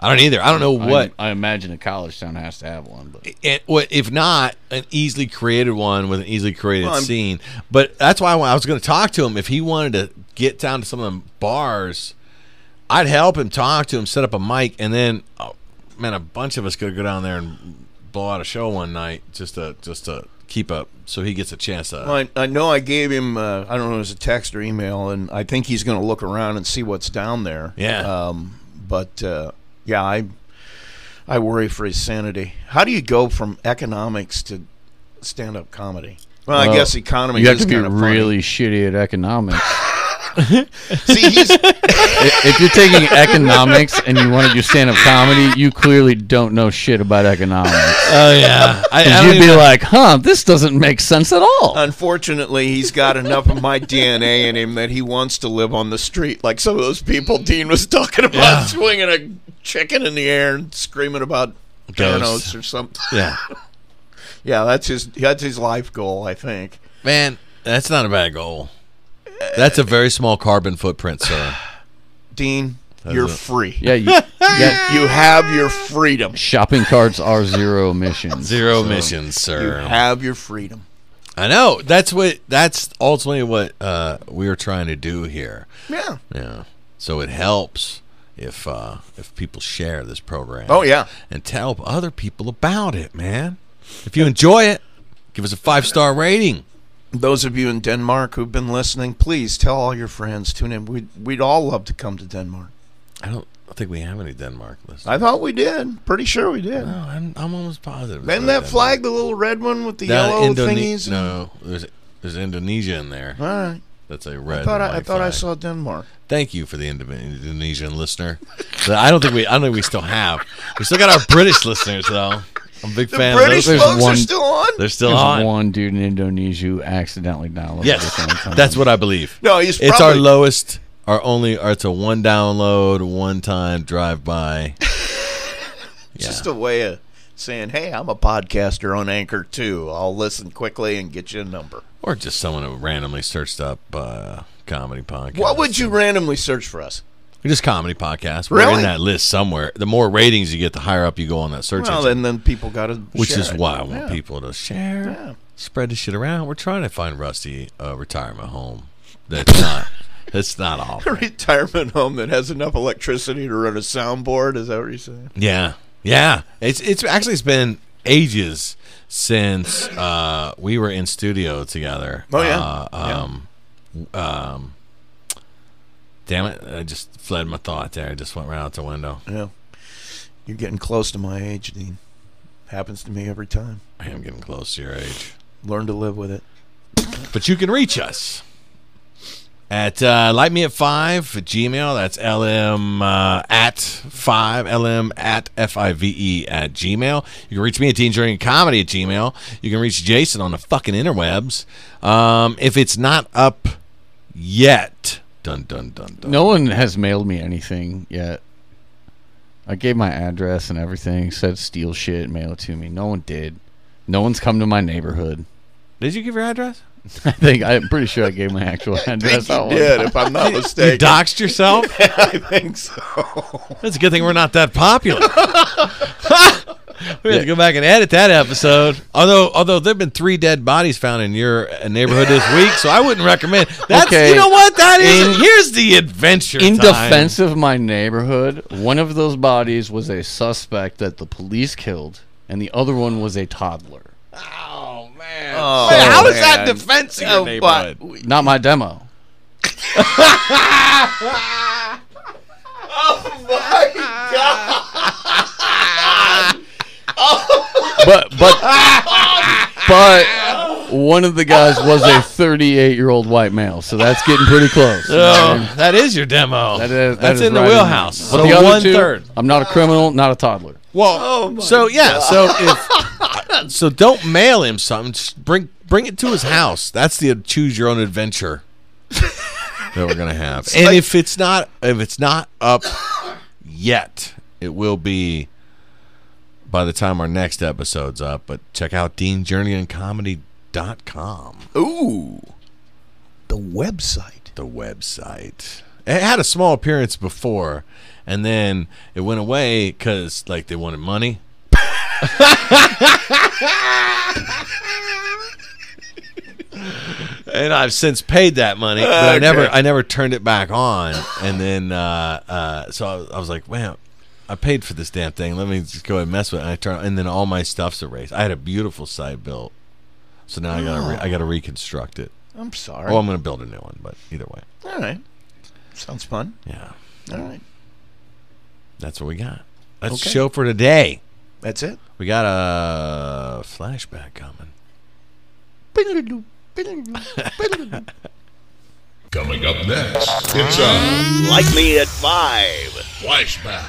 I don't either. I don't know I- what. I, imagine a college town has to have one, but It, what if not an easily created one with an easily created Well, I'm- scene? But that's why when I was going to talk to him if he wanted to get down to some of them bars. I'd help him talk to him, set up a mic, and then, oh, man, a bunch of us could go down there and blow out a show one night just to just to keep up, so he gets a chance to. [LAUGHS] Well, I, I know I gave him. Uh, I don't know. It was a text or email, and I think he's going to look around and see what's down there. Yeah. Um, but uh, yeah, I I worry for his sanity. How do you go from economics to stand up comedy? Well, I Well, guess economy. you have is to be kind of funny. really shitty at economics. See, he's, if if [LAUGHS] you're taking economics and you want to do stand-up comedy, you clearly don't know shit about economics. oh yeah, [LAUGHS] I, I don't You'd even- Uh, be like, huh, this doesn't make sense at all. unfortunately, he's got enough of my DNA in him that he wants to live on the street, like some of those people Dean was talking about, Yeah. swinging a chicken in the air and screaming about Ghosts. Thanos or something. yeah. Yeah, that's his that's his life goal, I think. Man, that's not a bad goal. That's a very small carbon footprint, [SIGHS] sir. Dean, you're it. free. yeah, you, [LAUGHS] yeah. You have your freedom. Shopping carts are zero emissions. Zero emissions, You sir. have your freedom. I know. That's what. That's ultimately what uh, we are trying to do here. Yeah. Yeah. So it helps if uh, if people share this program. Oh yeah. and tell other people about it, man. If you enjoy it, give us a five star rating. Those of you in Denmark who've been listening, please tell all your friends. Tune in. We'd we'd all love to come to Denmark. I don't think we have any Denmark listeners. I thought we did. Pretty sure we did. No, I'm, I'm almost positive. Then Denmark. that flag, the little red one with the Down yellow Indone- thingies. No, there's there's Indonesia in there. All right. That's a red. I thought and I, I white thought I flag. saw Denmark. Thank you for the Indo- Indonesian listener. [LAUGHS] But I don't think we. I don't think we still have. We still got our British listeners though. I'm a big fan British of those. there's folks are one- still on. They're still There's on. one dude in Indonesia who accidentally downloaded Yes, this one time. that's what I believe. No, he's it's our probably- lowest. Our only. Or it's a one download, one time [LAUGHS] drive by. It's just a way of saying, "Hey, I'm a podcaster on Anchor too. I'll listen quickly and get you a number." Or just someone who randomly searched up uh, comedy podcast. What would you randomly search for us? We're just comedy podcast. We're Really? in that list somewhere. The more ratings you get, the higher up you go on that search Well, engine. then then people got to, which is why I want people to share, spread the shit around. We're trying to find Rusty a retirement home that's [LAUGHS] not that's not A awful. [LAUGHS] retirement home that has enough electricity to run a soundboard. Is that what you're saying? Yeah, yeah. It's it's actually it's been ages since uh, we were in studio together. Oh, yeah. Uh, Yeah. um, um, damn it! I just fled my thought there. I just went right out the window. Yeah. You're getting close to my age, Dean. Happens to me every time. I am getting close to your age. Learn to live with it. But you can reach us at uh, lightme at five at gmail. That's lm uh, at five lm at f i v e at gmail. You can reach me at Teen Journey Comedy at gmail. You can reach Jason on the fucking interwebs. Um, if it's not up yet, dun dun dun dun. No one has mailed me anything yet. I gave my address and everything. Said steal shit, mail it to me. No one did. No one's come to my neighborhood. [LAUGHS] Did you give your address? I think I'm pretty sure I gave my actual address. out one time. if [LAUGHS] I'm not You mistaken. doxed yourself. I think so. That's a good thing we're not that [LAUGHS] popular. we have to go back and edit that episode. Although, although there've been three dead bodies found in your uh, neighborhood this week, so I wouldn't recommend. That's Okay. you know what that is. In- Here's the adventure. In time. defense of my neighborhood, one of those bodies was a suspect that the police killed, and the other one was a toddler. Oh man. Oh, Man, how is man. that defense of your Oh, but- neighborhood? Not my [LAUGHS] demo. [LAUGHS] oh my god! but but but one of the guys [LAUGHS] was a 38 year old white male, so that's getting pretty close. Oh, that is your demo. That is- that That's is in the right wheelhouse. But So the other one two, third. I'm not a criminal, not a toddler. Well, so yeah, so if so, don't mail him something. Just bring bring it to his house. That's the choose your own adventure that we're gonna have. and if it's not if it's not up yet, it will be by the time our next episode's up. But check out DeanJourneyandComedy.com, Ooh. The website. the website. It had a small appearance before, and then it went away because like they wanted money. and I've since paid that money, but I never I never turned it back on. And then uh, uh, so I was, I was like, wow, I paid for this damn thing. Let me just go ahead and mess with it. And I turn and then all my stuff's erased. I had a beautiful site built, so now I gotta re- I gotta reconstruct it. I'm sorry. Oh, I'm gonna build a new one, but either way, All right. Sounds fun. yeah, All right. that's what we got. That's Okay. the show for today. That's it. We got a flashback coming. Coming up next, it's a Like me at five. flashback.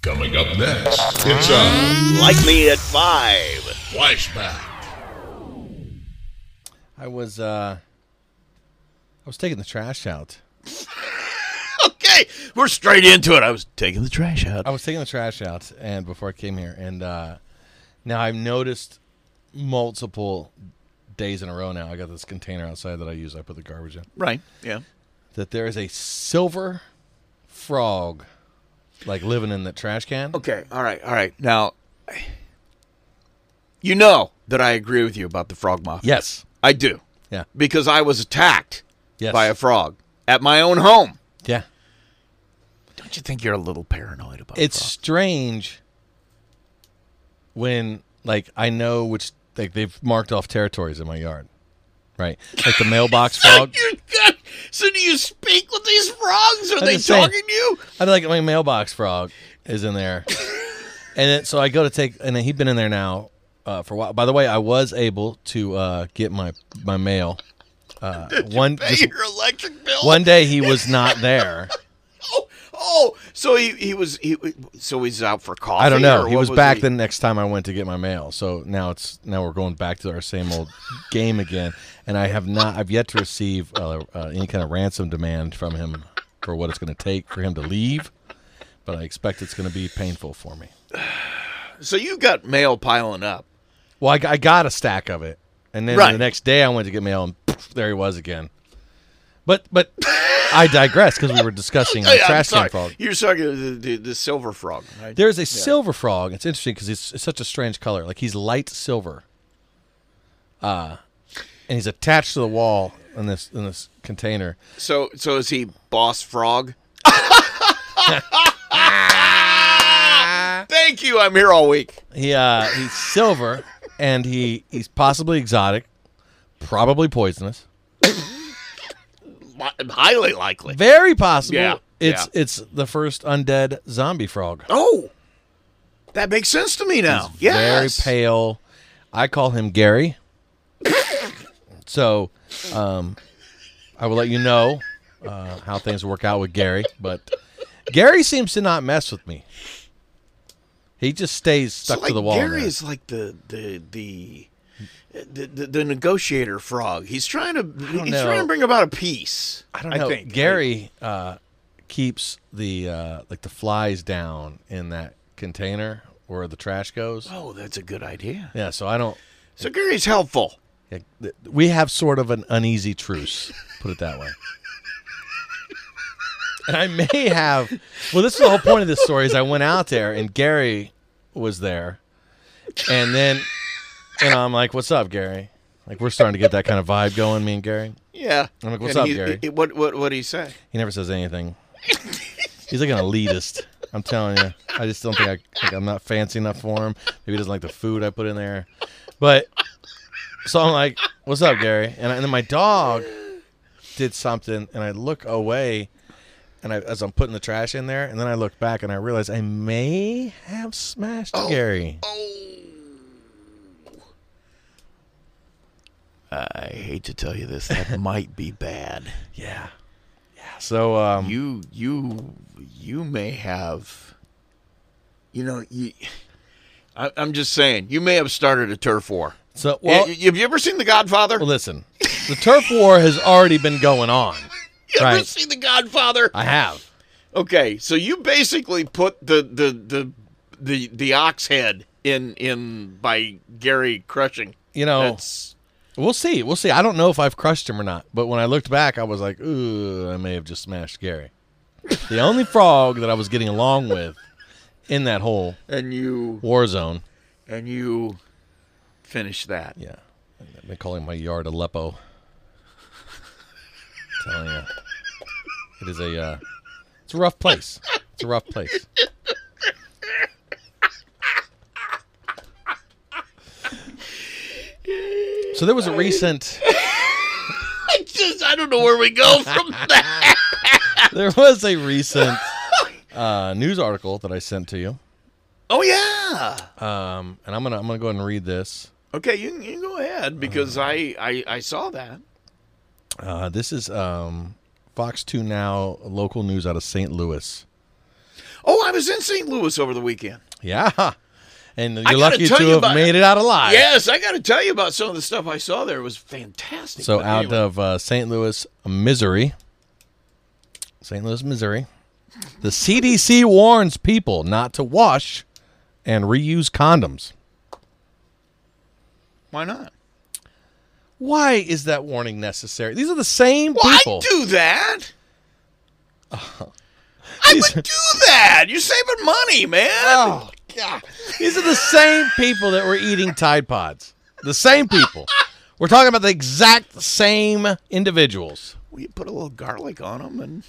Coming up next, it's a Like me at five. flashback. I was uh, I was taking the trash out. [LAUGHS] Okay. We're straight into it. I was taking the trash out. I was taking the trash out, and before I came here, and uh, now I've noticed multiple days in a row. Now I got this container outside that I use. I put the garbage in. Right. Yeah. That there is a silver frog, like living in the trash can. Okay. All right. All right. Now, you know that I agree with you about the frog mafia. Yes. I do. Yeah. Because I was attacked Yes. by a frog at my own home. Yeah. Don't you think you're a little paranoid about it's strange when like I know which like they've marked off territories in my yard, right? Like [LAUGHS] the mailbox frog. you got, so do you speak with these frogs? Are they just saying. talking to you? [LAUGHS] I like my mailbox frog is in there, and then, so I go to take and then he'd been in there now uh, for a while. By the way, I was able to uh, get my my mail. [LAUGHS] Uh, one Pay just- your electric bill. one day he was not there. Oh, oh, so he, he was he so he's out for coffee. I don't know. or He what was, back he? the next time I went to get my mail. So now it's now we're going back to our same [LAUGHS] old game again. And I have not. I've yet to receive uh, uh, any kind of ransom demand from him for what it's going to take for him to leave. But I expect it's going to be painful for me. So you got mail piling up. Well, I, g- I got a stack of it, and then Right. the next day I went to get mail, and poof, there he was again. But [LAUGHS] but I digress because we were discussing the Hey, I'm trash can sorry. frog. You're talking the, the, the silver frog. Right? There's a silver frog. It's interesting because it's, it's such a strange color. Like he's light silver. Uh, and he's attached to the wall in this in this container. So so is he boss frog? Thank you. I'm here all week. He uh, he's silver [LAUGHS] and he he's possibly exotic, probably poisonous. Li- Highly likely. Very possible. Yeah, It's yeah. it's the first undead zombie frog. Oh, that makes sense to me now. Yes. Very pale. I call him Gary. so, um, I will let you know uh, how things work out with Gary. But Gary seems to not mess with me. He just stays So, stuck like, to the wall. Gary man. is like the the the. The, the, the negotiator frog. He's trying to he's know. trying to bring about a peace. I don't know. think. Gary uh, keeps the uh, like the flies down in that container where the trash goes. Oh, that's a good idea. Yeah, so I don't. So Gary's helpful. Yeah, th- we have sort of an uneasy truce, put it that way. And I may have. Well, this is the whole point of this story. Is I went out there and Gary was there, and then, and I'm like, "What's up, Gary?" Like we're starting to get that kind of vibe going. Me and Gary. Yeah. I'm like, "What's And up, he- Gary?" he- what what what do you say? He never says anything. He's like an elitist. I'm telling you. I just don't think I, like, I'm not fancy enough for him. Maybe he doesn't like the food I put in there. But so I'm like, "What's up, Gary?" And, I, and then my dog did something, and I look away, and I, as I'm putting the trash in there, and then I look back, and I realize I may have smashed Oh. Gary. I hate to tell you this. That [LAUGHS] might be bad. Yeah, yeah. So um, You you you may have. You know you. I, I'm just saying. You may have started a turf war. so well, Well, have you ever seen The Godfather? well, listen, the turf war has already been going [LAUGHS] on, you ever right? seen The Godfather? I have. Okay, so you basically put the the the the, the ox head in in by Gary crushing. You know, That's We'll see. We'll see. I don't know if I've crushed him or not, but when I looked back, I was like, ooh, I may have just smashed Gary. the only frog that I was getting along with in that whole and you war zone. and you finish that. Yeah. I've been calling my yard Aleppo. [LAUGHS] telling you. It is a uh, it's a rough place. It's a rough place. So there was a recent [LAUGHS] I just I don't know where we go [LAUGHS] from that. there was a recent uh, news article that I sent to you, Oh yeah. um, and I'm gonna I'm gonna go ahead and read this. Okay, you can, you can go ahead because I, I I saw that. Uh, this is um, Fox Two Now local news out of St. Louis. Oh, I was in St. Louis over the weekend. Yeah, and you're gotta lucky tell to you have about- made it out alive. Yes, I got to tell you about some of the stuff I saw there. It was fantastic. So But out anyway. of uh, St. Louis, Missouri, St. Louis, Missouri, the CDC warns people not to wash and reuse condoms. why not? Why is that warning necessary? These are the same Well, people. I [LAUGHS] do that. I would do that. You're saving money, man. Oh, God. These are the same people that were eating Tide Pods. The same people. We're talking about the exact same individuals. We put a little garlic on them, and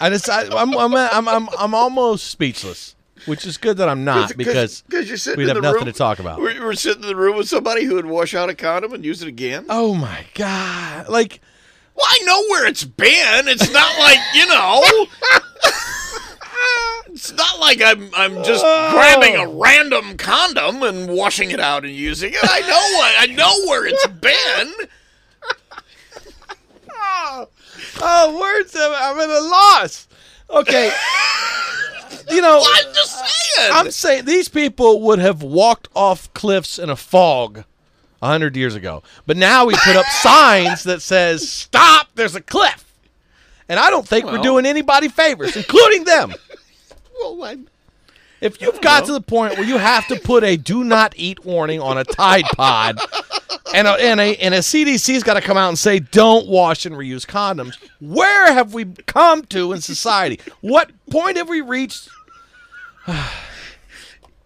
I just, I, I'm, I'm, I'm, I'm, I'm almost speechless, which is good that I'm not because cause you're sitting we'd in have the nothing room- to talk about. We're, we're sitting in the room with somebody who would wash out a condom and use it again. Oh my god! Like Well, I know where it's been. It's not like you know. it's not like I'm I'm just grabbing a random condom and washing it out and using it. I know what I know where it's been. oh, words! I'm, I'm at a loss. [LAUGHS] Okay, you know, I'm just saying. I'm saying these people would have walked off cliffs in a fog a hundred years ago, but now we [LAUGHS] put up signs that says "Stop! There's a cliff," and I don't think we're Well- doing anybody favors, including them. [LAUGHS] well, I'm If you've got to the point where you have to put a "Do not eat" warning on a Tide Pod, and a, and a and a CDC's got to come out and say don't wash and reuse condoms. Where have we come to in society? What point have we reached?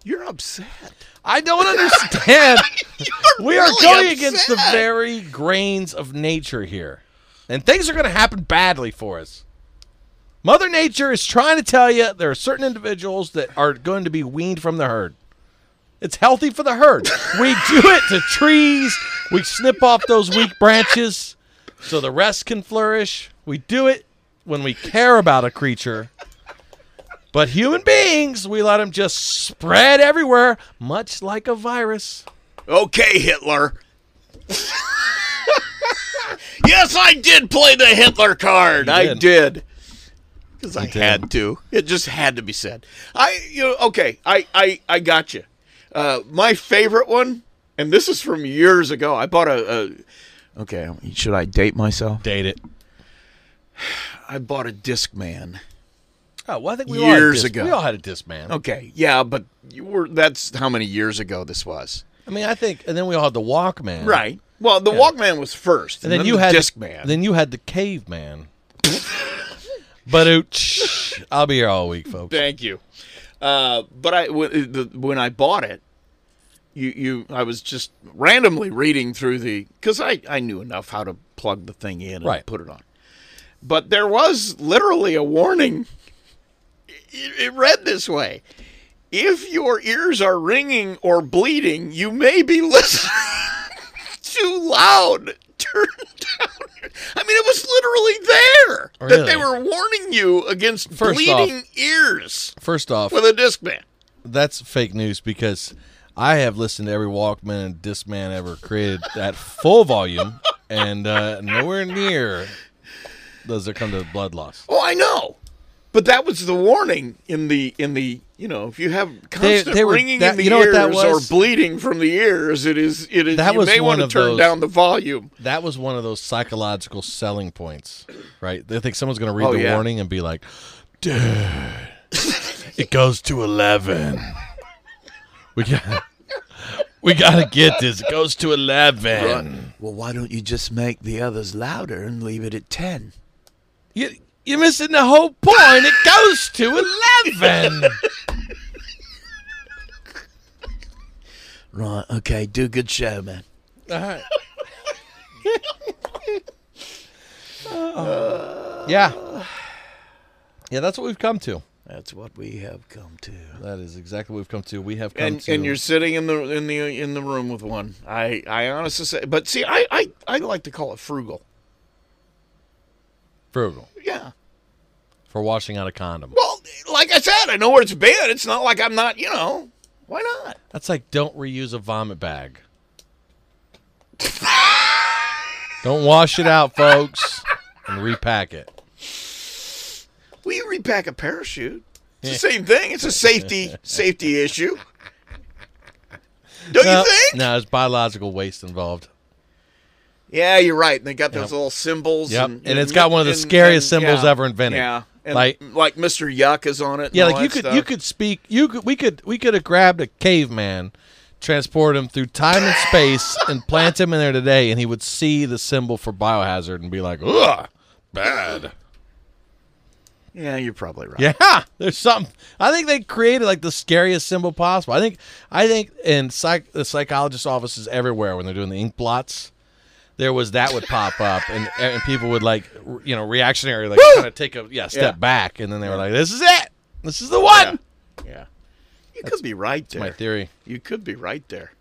You're upset. I [LAUGHS] don't understand. we are really going against the upset. very grains of nature here, and things are going to happen badly for us. Mother Nature is trying to tell you there are certain individuals that are going to be weaned from the herd. It's healthy for the herd. We [LAUGHS] do it to trees. We snip off those weak branches so the rest can flourish. We do it when we care about a creature. But human beings, we let them just spread everywhere, much like a virus. Okay, Hitler. yes, I did play the Hitler card. I did. did. Because I had to. It just had to be said. I, you know, okay, I, I, I got you. Uh, my favorite one, and this is from years ago. I bought a, a okay, should I date myself? Date it. I bought a Discman. Oh, well, I think we Years all had a disc- ago. We all had a disc man. Okay, yeah, but you were, that's how many years ago this was. I mean, I think, and then we all had the Walkman, Right. Well, the Walkman was first, And then, you had Discman. the, Then you had the Caveman. [LAUGHS] but ooch, I'll be here all week, folks. Thank you. Uh, but I when, the, when I bought it, you you I was just randomly reading through the because I I knew enough how to plug the thing in and Right. put it on. But there was literally a warning. It, it read this way: If your ears are ringing or bleeding, you may be [LAUGHS] listening too loud. Turn down. your-" I mean, it was literally there that they were Really? warning you against First off- bleeding ears First off, with a disc man. that's fake news because I have listened to every Walkman and Discman ever created at full volume, and uh, nowhere near does it come to blood loss. Oh, I know. But that was the warning in the in the you know if you have constant they were- ringing that- in the you know what ears that was? or bleeding from the ears, it is it is That you was may one want to of turn those- down the volume. That was one of those psychological selling points, right? They think someone's going to read Oh, the yeah. warning and be like, dude, it goes to 11. We got. We gotta get this. It goes to eleven. Well, why don't you just make the others louder and leave it at ten? You, you're missing the whole point. It goes to eleven. Right. Okay. Do a good show, man. Uh-huh. Yeah. Yeah, that's what we've come to. That's what we have come to. That is exactly what we've come to. We have come And to. and you're sitting in the in the in the room with one. I I honestly say, but see, I I I like to call it frugal. frugal Yeah. for washing out a condom. Well, like I said, I know where it's been. It's not like I'm not, you know. Why not? That's like don't reuse a [LAUGHS] vomit bag. don't wash it out, folks, and repack it. We repack a parachute. It's the same thing. It's a [LAUGHS] safety safety issue. Don't no, you think? no, there's biological waste involved. Yeah, you're right. And they got those little symbols. Yep. And, And it's got one of the scariest symbols ever invented. Yeah. And Like- like like Mr. Yuck is on it. and Yeah, all like you that could stuff. you could speak you could we could we could have grabbed a caveman, transported him through time and space, and plant him in there today, and he would see the symbol for biohazard and be like, ugh, bad. Yeah, you're probably right. Yeah, [LAUGHS] there's something. I think they created like the scariest symbol possible. I think I think in psych the psychologist offices everywhere when they're doing the ink blots, there was that would pop up and and people would like r- you know reactionary like kind of take a yeah step Yeah. back and then they were like this is it this is the one. Yeah. You could be right there. My theory. You could be right there.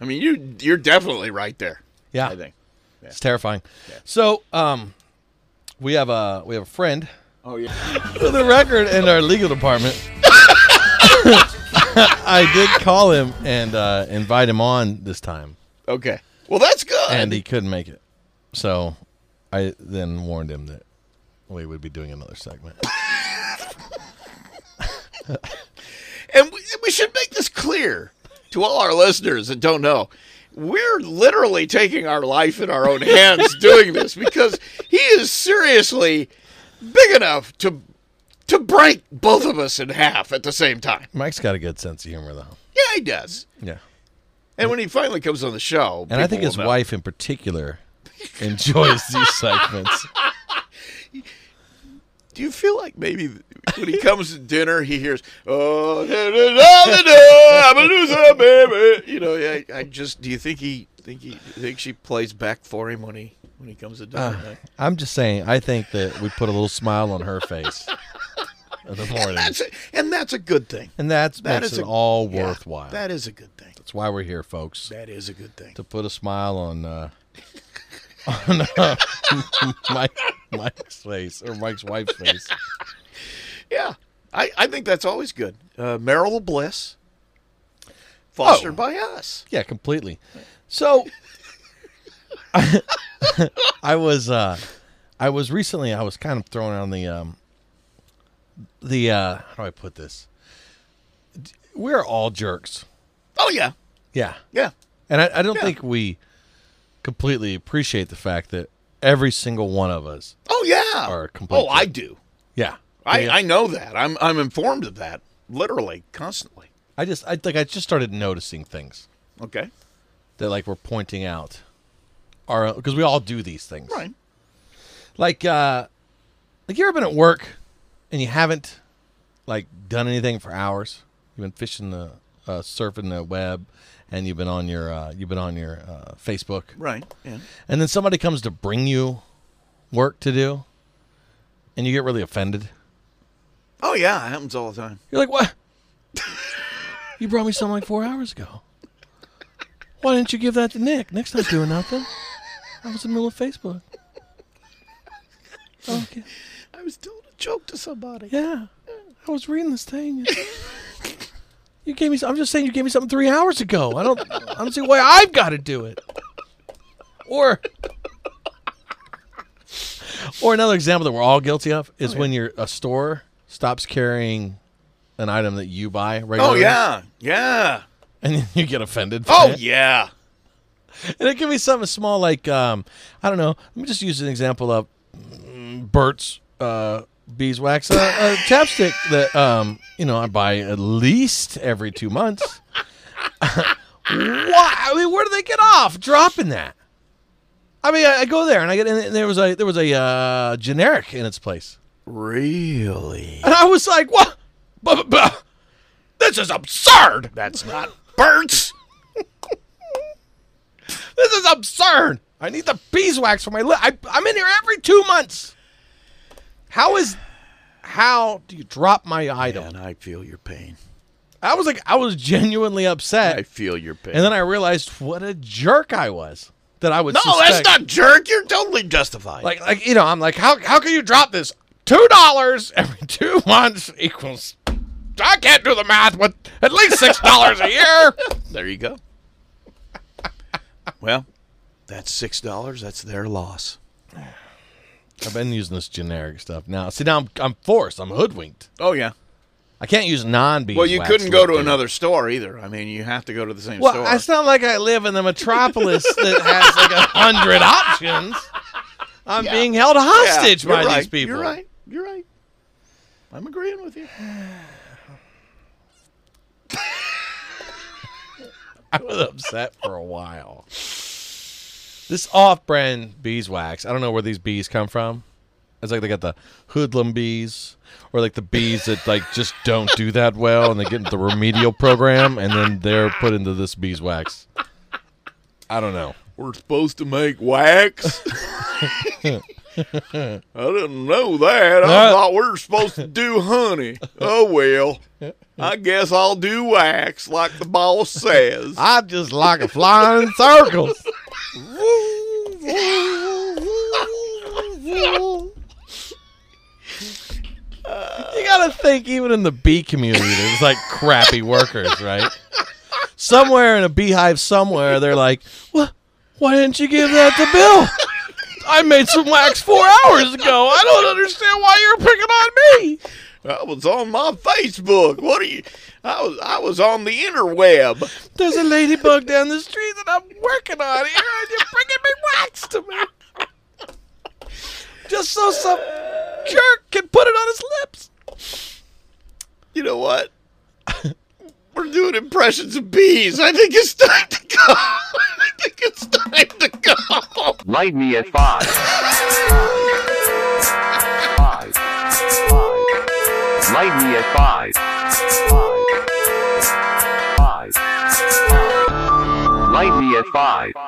I mean, you you're definitely right there. Yeah. I think. It's terrifying. So, um, we have a we have a friend Oh yeah. [LAUGHS] for the record in our legal department. [LAUGHS] I did call him and uh, invite him on this time, Okay. Well, that's good. and he couldn't make it. So, I then warned him that we would be doing another segment. [COUGHS] And we, we should make this clear to all our listeners that don't know. We're literally taking our life in our own [LAUGHS] hands doing this because he is seriously big enough to to break both of us in half at the same time. Mike's got a good sense of humor, though. Yeah, he does. Yeah, And when he finally comes on the show, And I people think will his know. wife in particular enjoys [LAUGHS] these segments. Do you feel like maybe when [LAUGHS] he comes to dinner, he hears, "Oh, da, da, da, da, da, I'm a loser, baby." You know, I, I just. Do you think he think he think she plays back for him when he when he comes to dinner? tonight? I'm just saying, I think that we put a little smile on her face in the morning. That's a, and that's a good thing. And that That makes is it a- all yeah, worthwhile. That is a good thing. That's why we're here, folks, That is a good thing. to put a smile on uh, on uh, [LAUGHS] Mike, Mike's face or Mike's wife's face. Yeah, I, I think that's always good. Uh, marital bliss, fostered by us. Yeah, completely. So I was uh I was recently I was kind of throwing on the um the uh how do I put this? D- We're all jerks. Oh yeah, Yeah. yeah. And I, I don't Yeah. think we completely appreciate the fact that every single one of us Oh yeah. Or a complete oh, I jerk. do. Yeah. I, I know that. I'm I'm informed of that literally constantly. I just I like I just started noticing things Okay. that like we're pointing out are because we all do these things. Right. like uh like you ever been at work and you haven't like done anything for hours you've been fishing the uh, surfing the web and you've been on your uh, you've been on your uh, facebook Right. Yeah. and then somebody comes to bring you work to do and you get really offended Oh yeah, it happens all the time. you're like what you brought me something like four hours ago why didn't you give that to nick nick's not doing nothing i was in the middle [LAUGHS] of facebook okay I was telling a joke to somebody. Yeah, I was reading this thing. You gave me. some- I'm just saying you gave me something three hours ago. I don't. I don't see why I've got to do it. Or, or another example that we're all guilty of Oh, is when your a store stops carrying an item that you buy Oh regularly. yeah. Yeah. and then you get offended. by [LAUGHS] Oh it. yeah. and it can be something small like um, I don't know. Let me just use an example of mm, Burt's uh, beeswax uh, [LAUGHS] uh, chapstick that um, you know I buy at least every two months. [LAUGHS] Why? I mean, where do they get off dropping that? I mean, I, I go there and I get and there was a there was a uh, generic in its place, Really? and I was like, what? Buh, buh, buh. This is absurd. That's not Burt's. This is absurd. I need the beeswax for my lip. I, I'm in here every two months. How is, how do you drop my item? And I feel your pain. I was like, I was genuinely upset, I feel your pain. and then I realized what a jerk I was. That I would. no, suspect- Oh, that's not jerk. You're totally justified. Like, like you know, I'm like, how how can you drop this? Two dollars every two [LAUGHS] months equals. I can't do the math, but at least [LAUGHS] six dollars a year. There you go. well, that's six dollars. That's their loss. I've been using this generic stuff now. See, now I'm I'm forced. I'm hoodwinked. Oh yeah. I can't use non beeswax. Well, you couldn't go to lip another store either. I mean, you have to go to the same Well, store. it's not like I live in the metropolis that has like a hundred options. I'm being held Yeah, hostage you're by right. these people. You're right. You're right. I'm agreeing with you. I was upset for a while. This off-brand beeswax. I don't know where these bees come from. It's like they got the hoodlum bees, or like the bees that like just don't do that well, and they get into the remedial program, and then they're put into this beeswax. I don't know. We're supposed to make wax. I didn't know that. I No. thought we were supposed to do honey. Oh well. I guess I'll do wax like the boss says. I just like a flying in circles. You gotta think, even in the bee community, there's like crappy workers, right? Somewhere in a beehive, somewhere, they're like, "What? Why didn't you give that to Bill? I made some wax four hours ago. I don't understand why you're picking on me." I was on my Facebook. What are you? I was I was on the interweb. There's a ladybug down the street that I'm working on here, and you're bringing me wax to me. Just so some jerk can put it on his lips. You know what? We're doing impressions of bees. [LAUGHS] I think it's time to go. I think it's time to go. Light me at five. Five. Five. Light me at five. Five. Five. Light me at five.